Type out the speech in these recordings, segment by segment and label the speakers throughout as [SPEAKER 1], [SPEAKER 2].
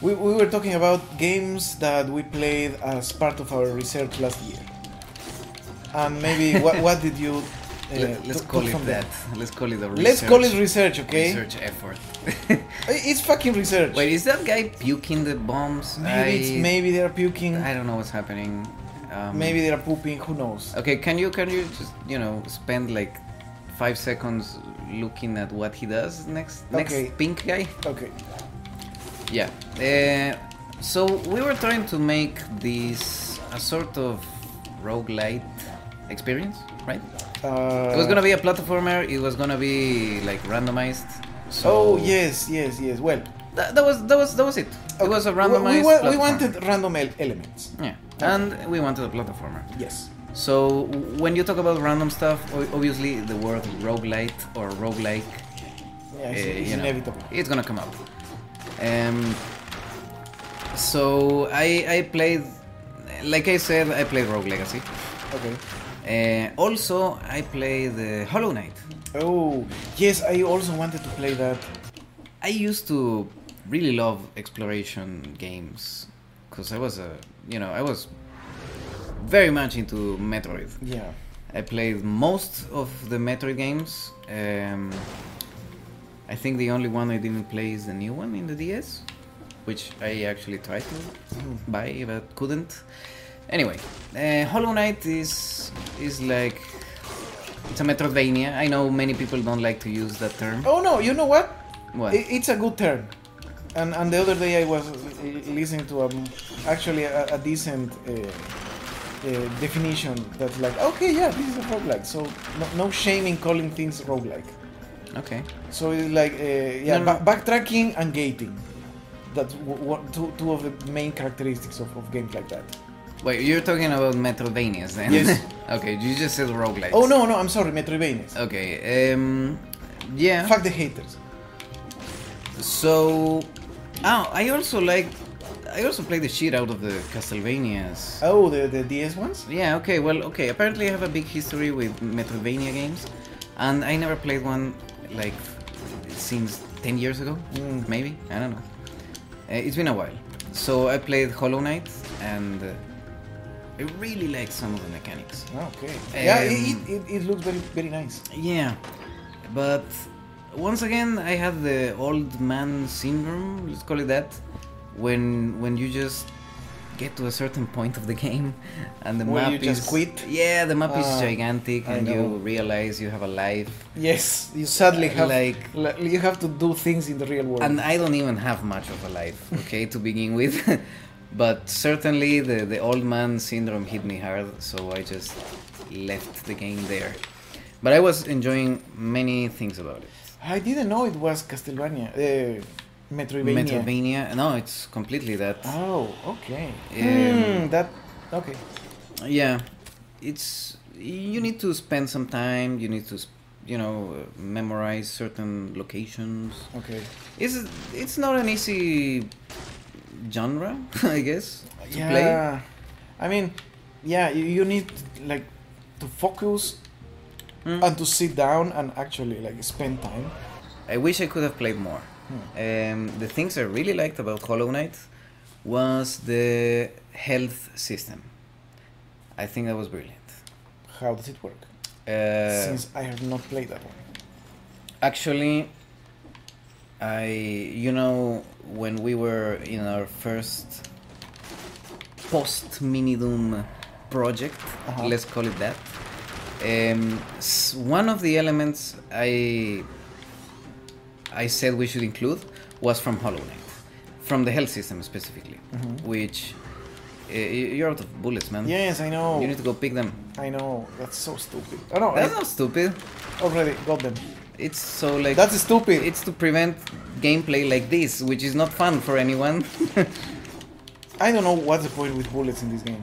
[SPEAKER 1] we, we were talking about games that we played as part of our research last year. And maybe what, what did you? uh,
[SPEAKER 2] Let, us
[SPEAKER 1] took-
[SPEAKER 2] call
[SPEAKER 1] took
[SPEAKER 2] it
[SPEAKER 1] from
[SPEAKER 2] that.
[SPEAKER 1] them?
[SPEAKER 2] Let's call it a research.
[SPEAKER 1] Let's call it research, okay?
[SPEAKER 2] Research effort.
[SPEAKER 1] I- It's fucking research.
[SPEAKER 2] Wait, is that guy puking the bombs?
[SPEAKER 1] maybe
[SPEAKER 2] I,
[SPEAKER 1] it's, maybe they are puking.
[SPEAKER 2] I don't know what's happening. Um,
[SPEAKER 1] maybe they are pooping. Who knows?
[SPEAKER 2] Okay, can you can you just you know spend like five seconds looking at what he does next? Next
[SPEAKER 1] Okay.
[SPEAKER 2] pink guy.
[SPEAKER 1] Okay.
[SPEAKER 2] Yeah. Uh, so we were trying to make this a sort of roguelite experience, right?
[SPEAKER 1] Uh,
[SPEAKER 2] it was gonna be a platformer. It was gonna be like randomized. So
[SPEAKER 1] Oh yes, yes, yes. Well,
[SPEAKER 2] that, that was that was that was it. It was a
[SPEAKER 1] we- we
[SPEAKER 2] randomized.
[SPEAKER 1] wa- we,
[SPEAKER 2] platformer.
[SPEAKER 1] wanted random el- elements.
[SPEAKER 2] Yeah, and we wanted a platformer.
[SPEAKER 1] Yes.
[SPEAKER 2] So w- when you talk about random stuff, o- obviously the word roguelite or roguelike,
[SPEAKER 1] Yeah,
[SPEAKER 2] uh,
[SPEAKER 1] it's, it's
[SPEAKER 2] you know,
[SPEAKER 1] inevitable.
[SPEAKER 2] it's gonna come up. Um, so I I played, like I said, I played Rogue Legacy.
[SPEAKER 1] Okay.
[SPEAKER 2] Uh, also, I played uh, Hollow Knight.
[SPEAKER 1] Oh yes, I also wanted to play that.
[SPEAKER 2] I used to really love exploration games because I was a you know I was very much into Metroid.
[SPEAKER 1] Yeah.
[SPEAKER 2] I played most of the Metroid games. Um, I think the only one I didn't play is the new one in the DS, which I actually tried to buy but couldn't. Anyway, uh, Hollow Knight is is like it's a Metroidvania. I know many people don't like to use that term.
[SPEAKER 1] Oh no, you know what?
[SPEAKER 2] What?
[SPEAKER 1] I- it's a good term. And and the other day I was uh, listening to um, actually a, a decent uh, uh, definition that's like, okay, yeah, this is a roguelike. So no, no shame in calling things roguelike.
[SPEAKER 2] Okay.
[SPEAKER 1] So it's like, uh, yeah,
[SPEAKER 2] No, no.
[SPEAKER 1] ba- backtracking and gating. That's w- what, two, two of the main characteristics of, of games like that.
[SPEAKER 2] Wait, you're talking about Metroidvanias then?
[SPEAKER 1] Yes.
[SPEAKER 2] okay, you just said roguelites.
[SPEAKER 1] Oh no, no, I'm sorry, Metroidvanias.
[SPEAKER 2] Okay, um, Oh, yeah.
[SPEAKER 1] Fuck the haters.
[SPEAKER 2] So, oh, I also like, I also play the shit out of the Castlevanias.
[SPEAKER 1] Oh, the, the DS ones?
[SPEAKER 2] Yeah. Okay. Well. Okay. Apparently, I have a big history with Metroidvania games, and I never played one like since ten years ago.
[SPEAKER 1] Mm.
[SPEAKER 2] Maybe I don't know. Uh, it's been a while. So I played Hollow Knight, and uh, I really like some of the mechanics.
[SPEAKER 1] Okay. yeah, it,
[SPEAKER 2] Um,
[SPEAKER 1] it, it, it looks very, very nice.
[SPEAKER 2] Yeah, but once again, I had the old man syndrome. Let's call it that. When when you just get to a certain point of the game, and the
[SPEAKER 1] Where
[SPEAKER 2] map
[SPEAKER 1] you just
[SPEAKER 2] is
[SPEAKER 1] quit?
[SPEAKER 2] Yeah, the map is
[SPEAKER 1] Ah,
[SPEAKER 2] gigantic,
[SPEAKER 1] I
[SPEAKER 2] and you
[SPEAKER 1] know.
[SPEAKER 2] realize you have a life.
[SPEAKER 1] Yes, you sadly have like,
[SPEAKER 2] Like-
[SPEAKER 1] you have to do things in the real world.
[SPEAKER 2] And I don't even have much of a life, okay, to begin with. but certainly the, the old man syndrome hit me hard, so I just left the game there. But I was enjoying many things about it.
[SPEAKER 1] I didn't know it was Castlevania, uh, Metroidvania.
[SPEAKER 2] Metroidvania. No, it's completely that.
[SPEAKER 1] Oh, okay.
[SPEAKER 2] Um,
[SPEAKER 1] Hmm, that okay.
[SPEAKER 2] Yeah, it's you need to spend some time. You need to, s- you know, uh, memorize certain locations.
[SPEAKER 1] Okay.
[SPEAKER 2] It's it's not an easy genre, I guess, to play.
[SPEAKER 1] yeah. I mean, yeah, you, you need like to focus
[SPEAKER 2] Hmm.
[SPEAKER 1] and to sit down and actually like spend time.
[SPEAKER 2] I wish I could have played more.
[SPEAKER 1] Hmm.
[SPEAKER 2] Um, the things I really liked about Hollow Knight was the health system. I think that was brilliant.
[SPEAKER 1] How does it work?
[SPEAKER 2] Uh,
[SPEAKER 1] Since I have not played that one.
[SPEAKER 2] Actually, I you know when we were in our first post mini doom project,
[SPEAKER 1] Uh-huh.
[SPEAKER 2] let's call it that. Um, s- one of the elements I I said we should include was from Hollow Knight, from the health system specifically, which uh, y- you're out of bullets, man.
[SPEAKER 1] Yes, I know.
[SPEAKER 2] You need to go pick them.
[SPEAKER 1] I know. That's so stupid. Oh no,
[SPEAKER 2] That's
[SPEAKER 1] I
[SPEAKER 2] not stupid.
[SPEAKER 1] already got them.
[SPEAKER 2] It's so like
[SPEAKER 1] That's stupid.
[SPEAKER 2] It's to prevent gameplay like this, which is not fun for anyone.
[SPEAKER 1] I don't know what's the point with bullets in this game.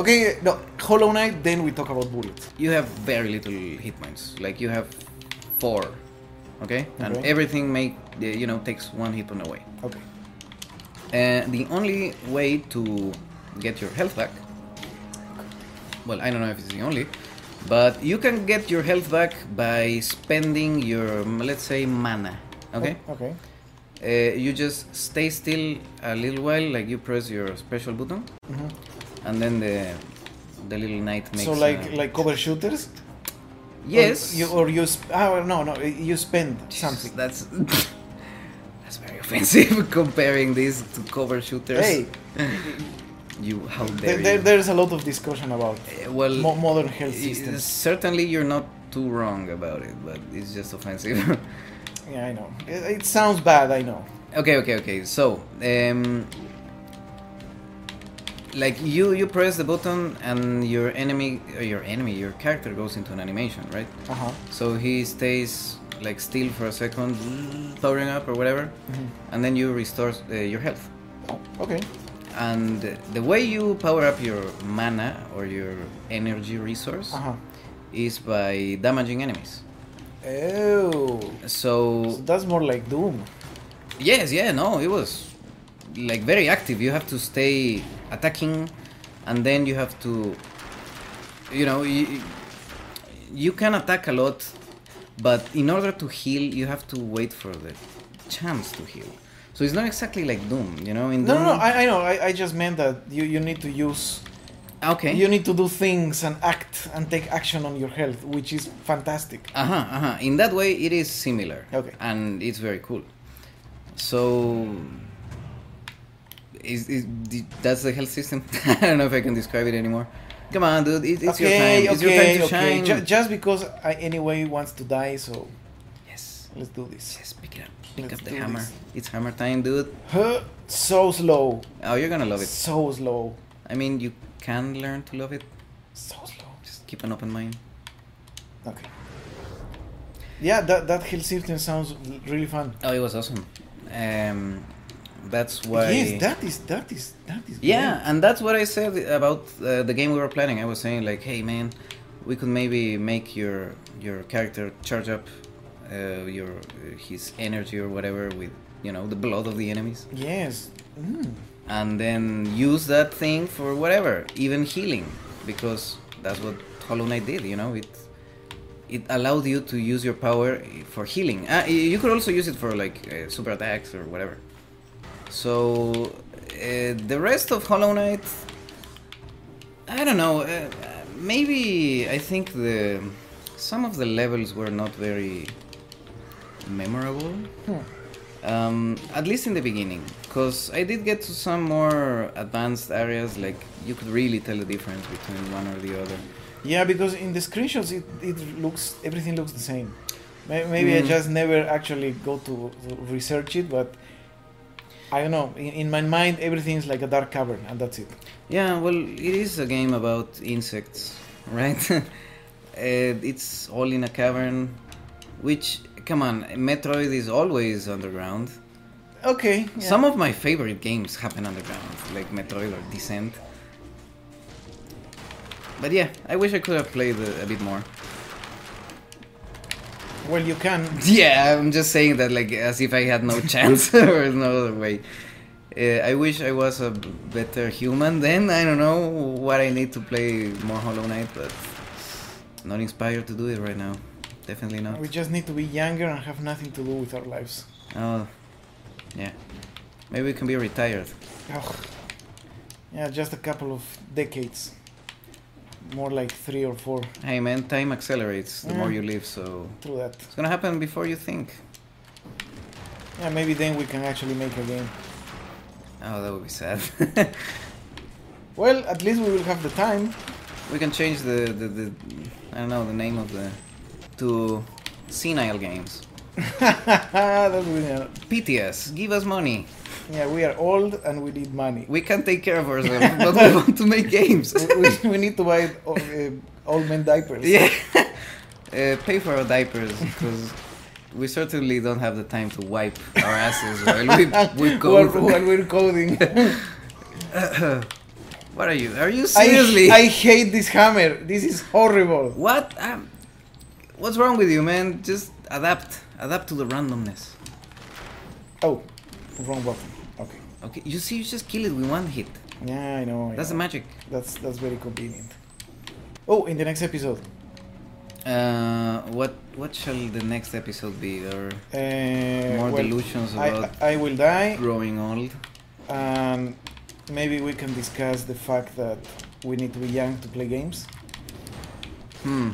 [SPEAKER 1] Okay, no, Hollow Knight, then we talk about bullets.
[SPEAKER 2] you have very little hit points. Like you have four, okay, and
[SPEAKER 1] Okay.
[SPEAKER 2] everything make uh, you know takes one hit point away.
[SPEAKER 1] Okay.
[SPEAKER 2] Uh, the only way to get your health back, well, I don't know if it's the only, but you can get your health back by spending your let's say mana, okay.
[SPEAKER 1] Okay.
[SPEAKER 2] Uh, you just stay still a little while, like you press your special button,
[SPEAKER 1] Mhm.
[SPEAKER 2] and then the the little knight makes.
[SPEAKER 1] So like
[SPEAKER 2] a-
[SPEAKER 1] like cover shooters.
[SPEAKER 2] yes,
[SPEAKER 1] Or you or you sp- ah, no no you spend something.
[SPEAKER 2] That's that's very offensive comparing this to cover shooters.
[SPEAKER 1] Hey,
[SPEAKER 2] you how dare
[SPEAKER 1] there, there,
[SPEAKER 2] you?
[SPEAKER 1] there's a lot of discussion about
[SPEAKER 2] Uh, well,
[SPEAKER 1] mo- modern health
[SPEAKER 2] y-
[SPEAKER 1] systems.
[SPEAKER 2] certainly you're not too wrong about it, but it's just offensive.
[SPEAKER 1] Yeah, I know. It, it sounds bad. I know.
[SPEAKER 2] Okay, okay, okay. So, um, like you, you press the button and your enemy, uh, your enemy, your character goes into an animation, right?
[SPEAKER 1] Uh huh.
[SPEAKER 2] So he stays like still for a second, powering up or whatever, and then you restore uh, your health.
[SPEAKER 1] Oh, Okay.
[SPEAKER 2] And the way you power up your mana or your energy resource
[SPEAKER 1] Uh huh.
[SPEAKER 2] is by damaging enemies.
[SPEAKER 1] Oh, so
[SPEAKER 2] So
[SPEAKER 1] that's more like Doom.
[SPEAKER 2] Yes, yeah, no, it was like very active. You have to stay attacking, and then you have to, you know, you, you can attack a lot, but in order to heal, you have to wait for the chance to heal. So it's not exactly like Doom, you know. In
[SPEAKER 1] No,
[SPEAKER 2] Doom,
[SPEAKER 1] no, no I, I know. I, I just meant that you, you need to use,
[SPEAKER 2] okay.
[SPEAKER 1] you need to do things and act and take action on your health, which is fantastic.
[SPEAKER 2] Uh huh. Uh huh. In that way, it is similar.
[SPEAKER 1] Okay.
[SPEAKER 2] And it's very cool. So. Is, is the- that's the health system? I don't know if I can describe it anymore. Come on, dude. It, it's
[SPEAKER 1] okay,
[SPEAKER 2] your time. It's your
[SPEAKER 1] okay,
[SPEAKER 2] time to
[SPEAKER 1] okay.
[SPEAKER 2] shine.
[SPEAKER 1] Ju- just because I anyway wants to die, so
[SPEAKER 2] yes.
[SPEAKER 1] let's do this.
[SPEAKER 2] Yes. Pick it up. Pick
[SPEAKER 1] Let's
[SPEAKER 2] up the
[SPEAKER 1] do
[SPEAKER 2] hammer.
[SPEAKER 1] this.
[SPEAKER 2] It's hammer time, dude.
[SPEAKER 1] Huh? So slow,
[SPEAKER 2] Oh, you're gonna love it.
[SPEAKER 1] so slow,
[SPEAKER 2] I mean, you can learn to love it.
[SPEAKER 1] so slow.
[SPEAKER 2] Just keep an open mind.
[SPEAKER 1] Okay. Yeah, that that health system sounds really fun.
[SPEAKER 2] Oh, it was awesome. Um, that's why.
[SPEAKER 1] Yes, that is that is that is.
[SPEAKER 2] Yeah, and that's what I said about uh, the game we were planning. I was saying like, hey man, we could maybe make your your character charge up uh, your his energy or whatever with you know the blood of the enemies,
[SPEAKER 1] great. Yes. Mm.
[SPEAKER 2] and then use that thing for whatever, even healing, because that's what Hollow Knight did. You know, it it allowed you to use your power for healing. Uh, you could also use it for like uh, super attacks or whatever. So uh, the rest of Hollow Knight, I don't know. Uh, maybe I think the some of the levels were not very memorable.
[SPEAKER 1] Hmm.
[SPEAKER 2] Um, at least in the beginning, because I did get to some more advanced areas. Like you could really tell the difference between one or the other.
[SPEAKER 1] Yeah, because in the screenshots it, it looks everything looks the same. May- Maybe I
[SPEAKER 2] Mm.
[SPEAKER 1] just never actually go to to research it, but I don't know. In, in my mind, everything is like a dark cavern, and that's it.
[SPEAKER 2] Yeah, well, it is a game about insects, right? uh, it's all in a cavern, which, come on, Metroid is always underground.
[SPEAKER 1] Okay. yeah.
[SPEAKER 2] Some of my favorite games happen underground, like Metroid or Descent. But yeah, I wish I could have played a, a bit more.
[SPEAKER 1] well, you can.
[SPEAKER 2] Yeah, I'm just saying that like as if I had no chance or no other way. Uh, I wish I was a b- better human then. I don't know what I need to play more Hollow Knight, but not inspired to do it right now. Definitely not.
[SPEAKER 1] We just need to be younger and have nothing to do with our lives.
[SPEAKER 2] Oh, yeah. Maybe we can be retired.
[SPEAKER 1] Ugh. Yeah, just a couple of decades. More like three or four.
[SPEAKER 2] Hey man, time accelerates the more
[SPEAKER 1] Mm.
[SPEAKER 2] you live, so
[SPEAKER 1] Through that.
[SPEAKER 2] it's gonna happen before you think.
[SPEAKER 1] Yeah, maybe then we can actually make a game.
[SPEAKER 2] Oh, that would be sad.
[SPEAKER 1] Well, at least we will have the time.
[SPEAKER 2] we can change the, the, the I don't know the name of the to senile games.
[SPEAKER 1] that would be a-
[SPEAKER 2] PTS, give us money.
[SPEAKER 1] Yeah, we are old and we need money.
[SPEAKER 2] We can take care of ourselves, but we want to make games.
[SPEAKER 1] We, we, we need to buy all, uh, old men diapers.
[SPEAKER 2] yeah. Uh, pay for our diapers because we certainly don't have the time to wipe our asses while we, we
[SPEAKER 1] While,
[SPEAKER 2] go.
[SPEAKER 1] while we're coding.
[SPEAKER 2] what are you? Are you
[SPEAKER 1] I,
[SPEAKER 2] seriously?
[SPEAKER 1] I hate this hammer. This is horrible.
[SPEAKER 2] What? Um, what's wrong with you, man? Just adapt. Adapt to the randomness.
[SPEAKER 1] Oh, wrong button. Okay.
[SPEAKER 2] Okay, you see, you just kill it with one hit.
[SPEAKER 1] Yeah, I know. I
[SPEAKER 2] That's the
[SPEAKER 1] know.
[SPEAKER 2] magic.
[SPEAKER 1] That's that's very convenient. Oh, in the next episode.
[SPEAKER 2] Uh, what what shall the next episode be? Or
[SPEAKER 1] Uh,
[SPEAKER 2] more
[SPEAKER 1] well,
[SPEAKER 2] delusions
[SPEAKER 1] I,
[SPEAKER 2] about
[SPEAKER 1] I will die,
[SPEAKER 2] growing old?
[SPEAKER 1] and maybe we can discuss the fact that we need to be young to play games.
[SPEAKER 2] Hmm,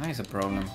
[SPEAKER 2] that is a problem.